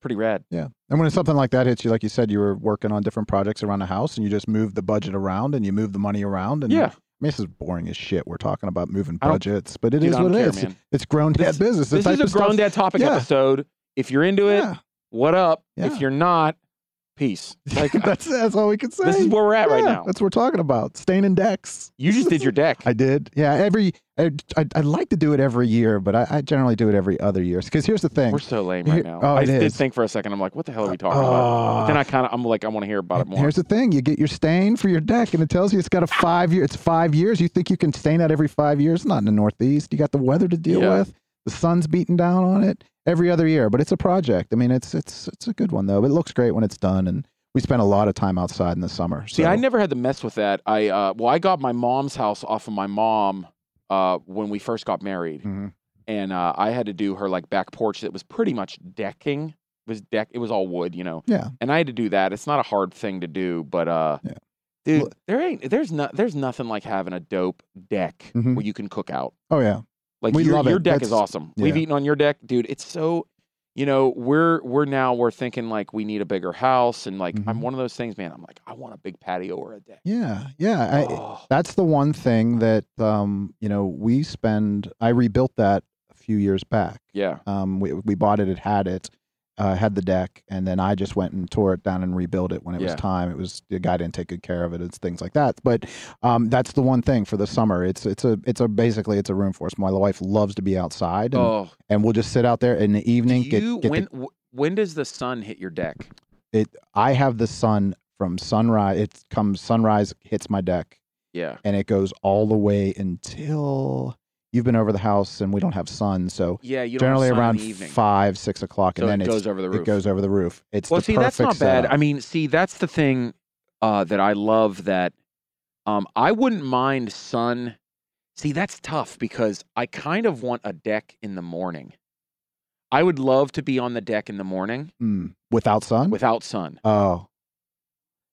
[SPEAKER 2] Pretty rad.
[SPEAKER 3] And when something like that hits you, like you said, you were working on different projects around the house, and you just move the budget around, and you move the money around, and
[SPEAKER 2] yeah.
[SPEAKER 3] I mean, this is boring as shit. We're talking about moving
[SPEAKER 2] I don't-
[SPEAKER 3] budgets, but it
[SPEAKER 2] Dude,
[SPEAKER 3] is
[SPEAKER 2] I don't
[SPEAKER 3] what it
[SPEAKER 2] care,
[SPEAKER 3] is.
[SPEAKER 2] man.
[SPEAKER 3] It's grown dad
[SPEAKER 2] This-
[SPEAKER 3] business. The
[SPEAKER 2] This
[SPEAKER 3] type
[SPEAKER 2] is a
[SPEAKER 3] of stuff-
[SPEAKER 2] grown dad topic
[SPEAKER 3] Yeah.
[SPEAKER 2] episode. If you're into it,
[SPEAKER 3] Yeah.
[SPEAKER 2] what up?
[SPEAKER 3] Yeah.
[SPEAKER 2] If you're not, peace. Like, I-
[SPEAKER 3] that's that's all we can say.
[SPEAKER 2] this is where we're at right
[SPEAKER 3] Yeah,
[SPEAKER 2] now.
[SPEAKER 3] That's what we're talking about. Staying in decks.
[SPEAKER 2] You just did your deck.
[SPEAKER 3] I did. Yeah. Every I, I I like to do it every year, but I, I generally do it every other year. Because here's the thing.
[SPEAKER 2] We're so lame
[SPEAKER 3] Here-
[SPEAKER 2] right now.
[SPEAKER 3] oh,
[SPEAKER 2] I
[SPEAKER 3] it
[SPEAKER 2] did
[SPEAKER 3] is.
[SPEAKER 2] think for a second. I'm like, what the hell are we talking about?
[SPEAKER 3] Ah.
[SPEAKER 2] But then I kind of, I'm like, I want to hear about it more.
[SPEAKER 3] Here's the thing: you get your stain for your deck, and it tells you it's got a five year. It's five years. You think you can stain out every five years? Not in the Northeast. You got the weather to deal
[SPEAKER 2] Yeah.
[SPEAKER 3] with. The sun's beating down on it every other year, but it's a project. I mean, it's it's it's a good one though. It looks great when it's done, and we spent a lot of time outside in the summer.
[SPEAKER 2] See,
[SPEAKER 3] so-
[SPEAKER 2] I never had to mess with that. I uh, well, I got my mom's house off of my mom uh, when we first got married,
[SPEAKER 3] Mhm.
[SPEAKER 2] and uh, I had to do her like back porch that was pretty much decking. It was deck. It was all wood, you know.
[SPEAKER 3] Yeah.
[SPEAKER 2] And I had to do that. It's not a hard thing to do, but uh,
[SPEAKER 3] Yeah.
[SPEAKER 2] dude,
[SPEAKER 3] Well-
[SPEAKER 2] there ain't there's not there's nothing like having a dope deck
[SPEAKER 3] Mhm.
[SPEAKER 2] where you can cook out.
[SPEAKER 3] Oh yeah,
[SPEAKER 2] Like
[SPEAKER 3] We
[SPEAKER 2] your,
[SPEAKER 3] love
[SPEAKER 2] your
[SPEAKER 3] it.
[SPEAKER 2] deck is
[SPEAKER 3] That's-
[SPEAKER 2] awesome. We've
[SPEAKER 3] yeah.
[SPEAKER 2] eaten on your deck, dude. It's so you know, we're we're now we're thinking like we need a bigger house and like I'm
[SPEAKER 3] Mhm.
[SPEAKER 2] one of those things, man. I'm like, I want a big patio or a deck.
[SPEAKER 3] yeah, yeah. I,
[SPEAKER 2] Oh,
[SPEAKER 3] that's the one thing that um you know we spend. I rebuilt that a few years back.
[SPEAKER 2] yeah.
[SPEAKER 3] Um, we we bought it. It had it, uh, had the deck, and then I just went and tore it down and rebuilt it when it
[SPEAKER 2] Yeah.
[SPEAKER 3] was time. It was the guy didn't take good care of it. It's things like that. But um, that's the one thing for the summer. It's it's a it's a basically it's a room for us. My wife loves to be outside, and,
[SPEAKER 2] Oh,
[SPEAKER 3] and we'll just sit out there in the
[SPEAKER 2] do
[SPEAKER 3] evening. get-
[SPEAKER 2] you,
[SPEAKER 3] get the-
[SPEAKER 2] when w- when does the sun hit your deck?
[SPEAKER 3] I have the sun from sunrise. It comes sunrise hits my deck,
[SPEAKER 2] Yeah,
[SPEAKER 3] and it goes all the way until you've been over the house, and we don't have sun, so.
[SPEAKER 2] yeah. You don't have
[SPEAKER 3] Generally
[SPEAKER 2] sun in
[SPEAKER 3] around
[SPEAKER 2] the evening,
[SPEAKER 3] five, six o'clock,
[SPEAKER 2] so
[SPEAKER 3] and then
[SPEAKER 2] it
[SPEAKER 3] it's
[SPEAKER 2] goes over the roof.
[SPEAKER 3] It goes over the roof. It's
[SPEAKER 2] well,
[SPEAKER 3] the
[SPEAKER 2] see,
[SPEAKER 3] perfect
[SPEAKER 2] that's not bad.
[SPEAKER 3] setup.
[SPEAKER 2] I mean, see, that's the thing uh, that I love. That um, I wouldn't mind sun. See, that's tough because I kind of want a deck in the morning. I would love to be on the deck in the morning
[SPEAKER 3] Mm. without sun.
[SPEAKER 2] without sun.
[SPEAKER 3] oh,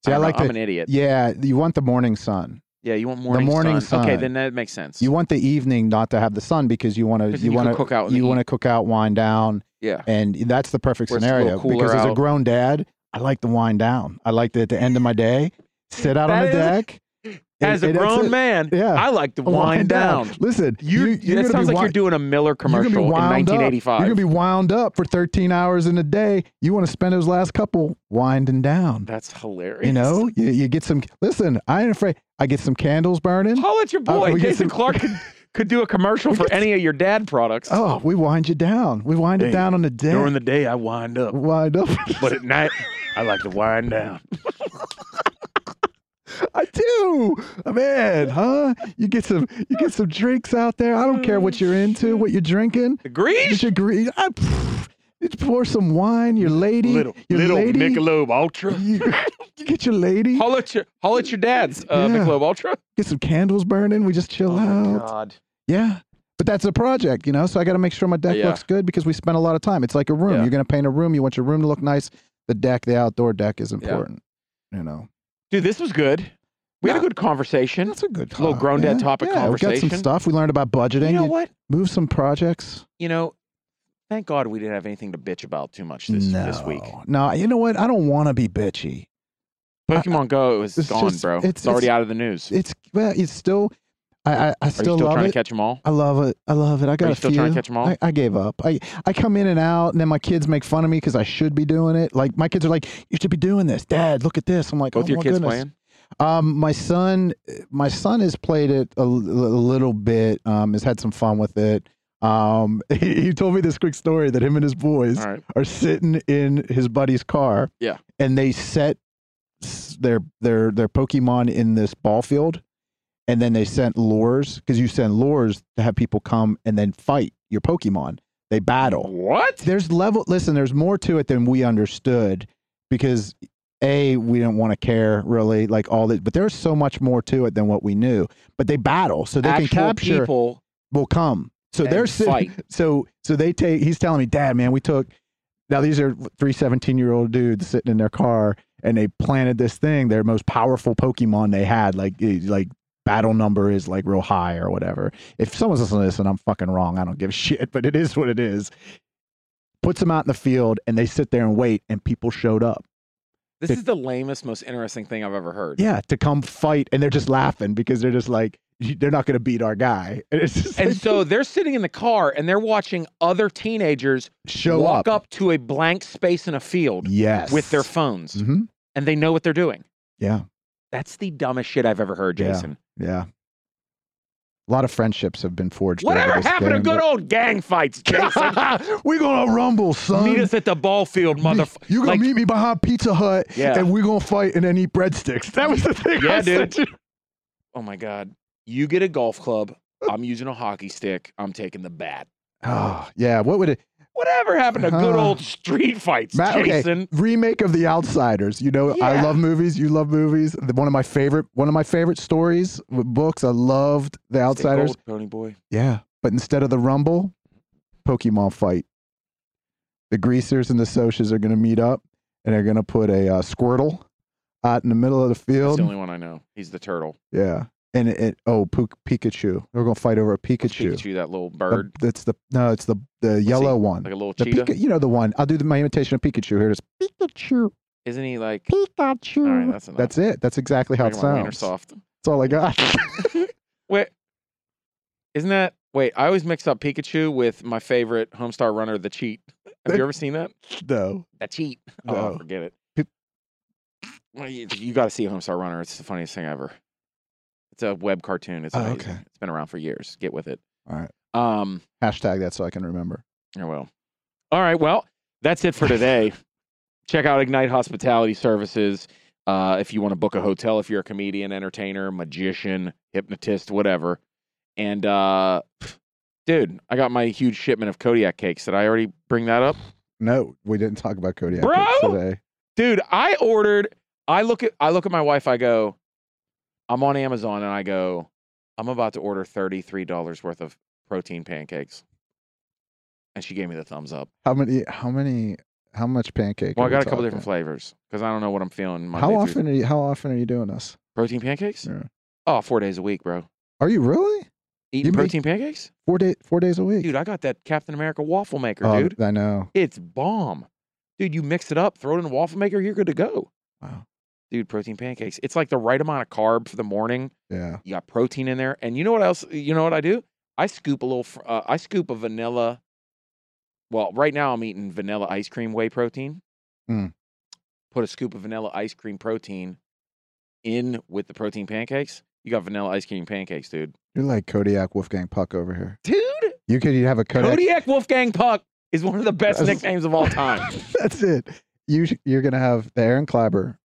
[SPEAKER 3] see, I,
[SPEAKER 2] don't know,
[SPEAKER 3] like
[SPEAKER 2] I'm
[SPEAKER 3] to.
[SPEAKER 2] an idiot. Yeah,
[SPEAKER 3] Yeah, you want the morning sun.
[SPEAKER 2] you want morning.
[SPEAKER 3] morning
[SPEAKER 2] Okay,
[SPEAKER 3] sun.
[SPEAKER 2] then that makes sense.
[SPEAKER 3] You want the evening not to have the sun because you want to.
[SPEAKER 2] 'Cause
[SPEAKER 3] You
[SPEAKER 2] can
[SPEAKER 3] want to.
[SPEAKER 2] cook out. in the
[SPEAKER 3] You
[SPEAKER 2] evening.
[SPEAKER 3] want to cook out, wind down,
[SPEAKER 2] Yeah.
[SPEAKER 3] and that's the perfect
[SPEAKER 2] Where it's a little
[SPEAKER 3] scenario.
[SPEAKER 2] cooler
[SPEAKER 3] Because as a
[SPEAKER 2] out.
[SPEAKER 3] grown dad, I like to wind down. I like to at the end of my day sit out on
[SPEAKER 2] That
[SPEAKER 3] the
[SPEAKER 2] is-
[SPEAKER 3] deck.
[SPEAKER 2] As
[SPEAKER 3] and-
[SPEAKER 2] a
[SPEAKER 3] and that's
[SPEAKER 2] grown
[SPEAKER 3] it.
[SPEAKER 2] man,
[SPEAKER 3] Yeah.
[SPEAKER 2] I like to wind down.
[SPEAKER 3] Listen,
[SPEAKER 2] You,
[SPEAKER 3] you're
[SPEAKER 2] it
[SPEAKER 3] gonna
[SPEAKER 2] sounds like
[SPEAKER 3] be wi-
[SPEAKER 2] you're doing a Miller
[SPEAKER 3] you're gonna be
[SPEAKER 2] commercial in
[SPEAKER 3] wound up. You're
[SPEAKER 2] 1985.
[SPEAKER 3] gonna be wound up for 13 hours in a day. You want to spend those last couple winding down.
[SPEAKER 2] That's hilarious.
[SPEAKER 3] You know, you, you get some. Listen, I ain't afraid. I get some candles burning.
[SPEAKER 2] holla at your
[SPEAKER 3] Uh,
[SPEAKER 2] boy.
[SPEAKER 3] we get
[SPEAKER 2] Jason
[SPEAKER 3] some-
[SPEAKER 2] Clark could, could do a commercial for any of your dad products.
[SPEAKER 3] Oh, we wind you down. We wind
[SPEAKER 2] Hey,
[SPEAKER 3] it down on the day.
[SPEAKER 2] the day, I wind up,
[SPEAKER 3] wind up.
[SPEAKER 2] but at night, I like to wind down.
[SPEAKER 3] I do, man. Huh? You get some. You get some drinks out there. I don't care what you're into, what you're drinking.
[SPEAKER 2] Agreed.
[SPEAKER 3] Just agree. I, you pour some wine. Your lady. your lady.
[SPEAKER 2] Michelob Ultra.
[SPEAKER 3] you, you get your lady.
[SPEAKER 2] Holla at your, holla at your dad's uh,
[SPEAKER 3] Yeah.
[SPEAKER 2] Michelob Ultra.
[SPEAKER 3] Get some candles burning. We just chill out.
[SPEAKER 2] Oh, God.
[SPEAKER 3] Yeah. But that's a project, you know, so I got to make sure my deck
[SPEAKER 2] Yeah.
[SPEAKER 3] looks good because we spend a lot of time. It's like a room.
[SPEAKER 2] Yeah.
[SPEAKER 3] You're going to paint a room. You want your room to look nice. The deck, the outdoor deck is
[SPEAKER 2] Yeah.
[SPEAKER 3] important, you know.
[SPEAKER 2] Dude, this was good. We had a
[SPEAKER 3] Yeah.
[SPEAKER 2] good conversation.
[SPEAKER 3] That's a good
[SPEAKER 2] Little
[SPEAKER 3] talk,
[SPEAKER 2] grown dad
[SPEAKER 3] man.
[SPEAKER 2] topic
[SPEAKER 3] yeah, We got
[SPEAKER 2] conversation.
[SPEAKER 3] some stuff. We learned about budgeting.
[SPEAKER 2] You know
[SPEAKER 3] You
[SPEAKER 2] what?
[SPEAKER 3] Move some projects.
[SPEAKER 2] You know, thank God we didn't have anything to bitch about too much this
[SPEAKER 3] no.
[SPEAKER 2] this week.
[SPEAKER 3] No, you know what? I don't want to be bitchy.
[SPEAKER 2] Pokemon Go is
[SPEAKER 3] It's
[SPEAKER 2] gone,
[SPEAKER 3] just-
[SPEAKER 2] bro. It's,
[SPEAKER 3] it's-
[SPEAKER 2] already
[SPEAKER 3] it's-
[SPEAKER 2] out of the news. Are you
[SPEAKER 3] It's, well, it's still, I, I, I still,
[SPEAKER 2] still
[SPEAKER 3] love
[SPEAKER 2] trying
[SPEAKER 3] it. Oh
[SPEAKER 2] to catch them all?
[SPEAKER 3] I love it. I love it. I got
[SPEAKER 2] Are you
[SPEAKER 3] a
[SPEAKER 2] still
[SPEAKER 3] few.
[SPEAKER 2] trying to catch them all?
[SPEAKER 3] I, I gave up. I, I come in and out, and then my kids make fun of me because I should be doing it. Like my kids are like, "You should be doing this, Dad. Look at this." I'm like,
[SPEAKER 2] Both
[SPEAKER 3] "Oh
[SPEAKER 2] your
[SPEAKER 3] my
[SPEAKER 2] kids
[SPEAKER 3] goodness."
[SPEAKER 2] playing?
[SPEAKER 3] Um, my son, my son has played it a, l- a little bit. Um, has had some fun with it. Um, he, he told me this quick story that him and his boys
[SPEAKER 2] All right.
[SPEAKER 3] are sitting in his buddy's car.
[SPEAKER 2] Yeah.
[SPEAKER 3] And they set s- their their their Pokemon in this ball field, and then they sent lures because you send lures to have people come and then fight your Pokemon. They battle.
[SPEAKER 2] What?
[SPEAKER 3] There's level. Listen, there's more to it than we understood because a we didn't want to care really like all that, but there's so much more to it than what we knew. But they battle, so they
[SPEAKER 2] Actual
[SPEAKER 3] can capture
[SPEAKER 2] people.
[SPEAKER 3] will come. So
[SPEAKER 2] And
[SPEAKER 3] they're sitting.
[SPEAKER 2] fight.
[SPEAKER 3] So so they take. He's telling me, Dad, man, we took. Now these are three 17 year old dudes sitting in their car, and they planted this thing, their most powerful Pokemon they had, like eh, like battle number is like real high or whatever. If someone's listening to this and I'm fucking wrong, I don't give a shit, but it is what it is. Puts them out in the field and they sit there and wait, and people showed up.
[SPEAKER 2] This is the lamest, most interesting thing I've ever heard.
[SPEAKER 3] Yeah, to come fight, and they're just laughing because they're just like they're not going to beat our guy. And it's just
[SPEAKER 2] And
[SPEAKER 3] like,
[SPEAKER 2] so they're sitting in the car and they're watching other teenagers
[SPEAKER 3] show
[SPEAKER 2] walk
[SPEAKER 3] up.
[SPEAKER 2] up. to a blank space in a field
[SPEAKER 3] yes,
[SPEAKER 2] with their phones
[SPEAKER 3] hmm
[SPEAKER 2] and they know what they're doing.
[SPEAKER 3] Yeah,
[SPEAKER 2] That's the dumbest shit I've ever heard,
[SPEAKER 3] Yeah.
[SPEAKER 2] Jason.
[SPEAKER 3] yeah. A lot of friendships have been forged. over
[SPEAKER 2] Whatever
[SPEAKER 3] this
[SPEAKER 2] happened to
[SPEAKER 3] game,
[SPEAKER 2] good old gang fights, Jason?
[SPEAKER 3] but- We're gonna rumble, son.
[SPEAKER 2] Meet us at the ball field, motherfucker.
[SPEAKER 3] You gonna
[SPEAKER 2] like-
[SPEAKER 3] meet me behind Pizza Hut,
[SPEAKER 2] Yeah.
[SPEAKER 3] and we're gonna fight and then eat breadsticks. That was the thing.
[SPEAKER 2] Yeah,
[SPEAKER 3] I said
[SPEAKER 2] dude. Oh my God. You get a golf club. I'm using a hockey stick. I'm taking the bat.
[SPEAKER 3] Oh, yeah. What would it?
[SPEAKER 2] Whatever happened to good
[SPEAKER 3] Uh,
[SPEAKER 2] old street fights,
[SPEAKER 3] Matt, okay.
[SPEAKER 2] Jason?
[SPEAKER 3] remake of The Outsiders. You know, I
[SPEAKER 2] Yeah.
[SPEAKER 3] love movies. You love movies. The- one of my favorite, one of my favorite stories, w- books. I loved The
[SPEAKER 2] Stay
[SPEAKER 3] Outsiders.
[SPEAKER 2] gold, Pony boy.
[SPEAKER 3] Yeah, but instead of the Rumble, Pokemon fight. The greasers and the socias are going to meet up, and they're going to put a uh, Squirtle out in the middle of the
[SPEAKER 2] That's
[SPEAKER 3] field.
[SPEAKER 2] the only one I know. He's the turtle.
[SPEAKER 3] yeah, and it, it oh Puk- Pikachu. They're going to fight over a Pikachu.
[SPEAKER 2] Pikachu, that little
[SPEAKER 3] The-
[SPEAKER 2] bird,
[SPEAKER 3] That's the no, it's the the yellow one.
[SPEAKER 2] like a little
[SPEAKER 3] the
[SPEAKER 2] cheetah.
[SPEAKER 3] Pika, you know the one. I'll do the, my imitation of Pikachu here. It's Pikachu,
[SPEAKER 2] Isn't he like?
[SPEAKER 3] Pikachu.
[SPEAKER 2] All right, that's enough.
[SPEAKER 3] That's it. That's exactly how it
[SPEAKER 2] Bring my wiener
[SPEAKER 3] sounds. That's
[SPEAKER 2] soft.
[SPEAKER 3] all I got.
[SPEAKER 2] Wait, isn't that? Wait, I always mix up Pikachu with my favorite Homestar runner, the Cheat. Have
[SPEAKER 3] That-
[SPEAKER 2] you ever seen that?
[SPEAKER 3] no.
[SPEAKER 2] The Cheat.
[SPEAKER 3] No.
[SPEAKER 2] Oh, forget it.
[SPEAKER 3] Pe-
[SPEAKER 2] Well, You, you got to see Homestar Runner. It's the funniest thing ever. It's a web cartoon. It's
[SPEAKER 3] Oh,
[SPEAKER 2] amazing.
[SPEAKER 3] okay.
[SPEAKER 2] It's been around for years. Get with it.
[SPEAKER 3] All right.
[SPEAKER 2] Um.
[SPEAKER 3] Hashtag that so I can remember.
[SPEAKER 2] Oh well. All right. Well, that's it for today. Check out Ignite Hospitality Services uh, if you want to book a hotel. If you're a comedian, entertainer, magician, hypnotist, whatever. And uh, dude, I got my huge shipment of Kodiak cakes. Did I already bring that up?
[SPEAKER 3] No, we didn't talk about Kodiak
[SPEAKER 2] Bro!
[SPEAKER 3] Cakes today.
[SPEAKER 2] Dude, I ordered. I look at I look at my wife. I go, I'm on Amazon, and I go, I'm about to order thirty three dollars worth of protein pancakes. And she gave me the thumbs up.
[SPEAKER 3] How many? How many? How much pancake?
[SPEAKER 2] Well,
[SPEAKER 3] are
[SPEAKER 2] I
[SPEAKER 3] we
[SPEAKER 2] got a couple different
[SPEAKER 3] talking?
[SPEAKER 2] flavors because I don't know what I'm feeling. Monday
[SPEAKER 3] How
[SPEAKER 2] through-
[SPEAKER 3] often are you? How often are you doing this?
[SPEAKER 2] Protein pancakes?
[SPEAKER 3] Yeah.
[SPEAKER 2] Oh, four days a week, bro.
[SPEAKER 3] Are you really
[SPEAKER 2] Eating
[SPEAKER 3] make-
[SPEAKER 2] protein pancakes?
[SPEAKER 3] four day four days a week?
[SPEAKER 2] Dude, I got that Captain America waffle maker,
[SPEAKER 3] Oh,
[SPEAKER 2] dude.
[SPEAKER 3] I know.
[SPEAKER 2] It's bomb. Dude, you mix it up, throw it in a waffle maker, you're good to go.
[SPEAKER 3] Wow.
[SPEAKER 2] Dude, protein pancakes. It's like the right amount of carb for the morning.
[SPEAKER 3] Yeah.
[SPEAKER 2] You got protein in there. And you know what else? You know what I do? I scoop a little, fr- uh, I scoop a vanilla. Well, right now I'm eating vanilla ice cream whey protein.
[SPEAKER 3] Mm.
[SPEAKER 2] Put a scoop of vanilla ice cream protein in with the protein pancakes. You got vanilla ice cream pancakes, dude.
[SPEAKER 3] You're like Kodiak Wolfgang Puck over here.
[SPEAKER 2] Dude,
[SPEAKER 3] You could have a Kodiak.
[SPEAKER 2] Kodiak, Wolfgang Puck is one of the best
[SPEAKER 3] That's-
[SPEAKER 2] nicknames of all time.
[SPEAKER 3] That's it. You sh- you're gonna have the Aaron Kleiber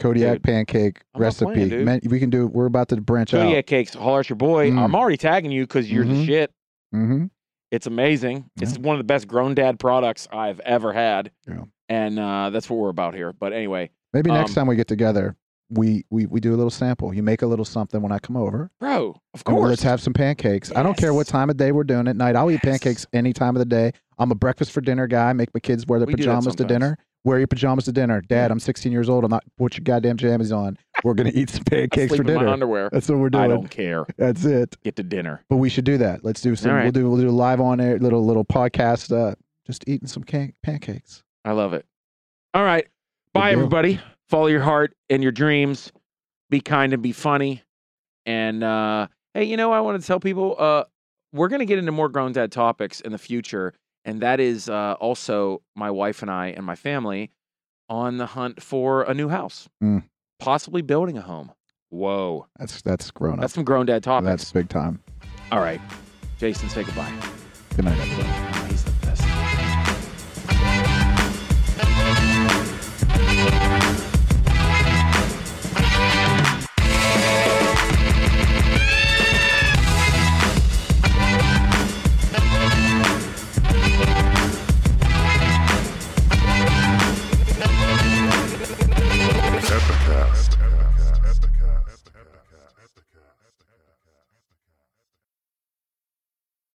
[SPEAKER 3] Kodiak
[SPEAKER 2] Dude,
[SPEAKER 3] pancake
[SPEAKER 2] I'm not playing,
[SPEAKER 3] recipe.
[SPEAKER 2] dude.
[SPEAKER 3] Man, we can do. We're about to branch out.
[SPEAKER 2] Kodiak cakes, holler at your boy.
[SPEAKER 3] Mm.
[SPEAKER 2] I'm already tagging you because you're the
[SPEAKER 3] Mhm.
[SPEAKER 2] shit.
[SPEAKER 3] Mm-hmm.
[SPEAKER 2] It's amazing. It's one of the best grown dad products I've ever had.
[SPEAKER 3] Yeah.
[SPEAKER 2] And uh, that's what we're about here. But anyway,
[SPEAKER 3] Maybe next
[SPEAKER 2] Um,
[SPEAKER 3] time we get together, we, we we do a little sample. You make a little something when I come over.
[SPEAKER 2] bro, of
[SPEAKER 3] and
[SPEAKER 2] course.
[SPEAKER 3] Let's have some pancakes. I don't care what
[SPEAKER 2] Yes.
[SPEAKER 3] time of day we're doing it. Night, I'll eat
[SPEAKER 2] Yes.
[SPEAKER 3] pancakes any time of the day. I'm a breakfast for dinner guy. Make my kids wear their
[SPEAKER 2] We do that
[SPEAKER 3] pajamas to
[SPEAKER 2] sometimes.
[SPEAKER 3] dinner. Wear your pajamas to dinner. Dad,
[SPEAKER 2] Yeah.
[SPEAKER 3] I'm 16 years old. I'm not put your goddamn jammies on. We're gonna eat some pancakes for
[SPEAKER 2] Sleep in my
[SPEAKER 3] dinner.
[SPEAKER 2] underwear.
[SPEAKER 3] That's what we're
[SPEAKER 2] I
[SPEAKER 3] doing.
[SPEAKER 2] don't care.
[SPEAKER 3] That's it.
[SPEAKER 2] Get to dinner.
[SPEAKER 3] But we should do that. Let's do some.
[SPEAKER 2] All right.
[SPEAKER 3] We'll do we'll do a live on air little little podcast. Uh, just eating some can- pancakes.
[SPEAKER 2] I love it. All right. Bye,
[SPEAKER 3] deal.
[SPEAKER 2] everybody. Follow your heart and your dreams. Be kind and be funny. And uh, hey, you know, I want to tell people uh, we're going to get into more grown dad topics in the future. And that is uh, also my wife and I and my family on the hunt for a new house,
[SPEAKER 3] Mm.
[SPEAKER 2] possibly building a home. Whoa.
[SPEAKER 3] That's that's grown up.
[SPEAKER 2] That's some grown dad topics.
[SPEAKER 3] That's big time.
[SPEAKER 2] All right. Jason, say goodbye.
[SPEAKER 3] Good night. everybody.
[SPEAKER 2] He's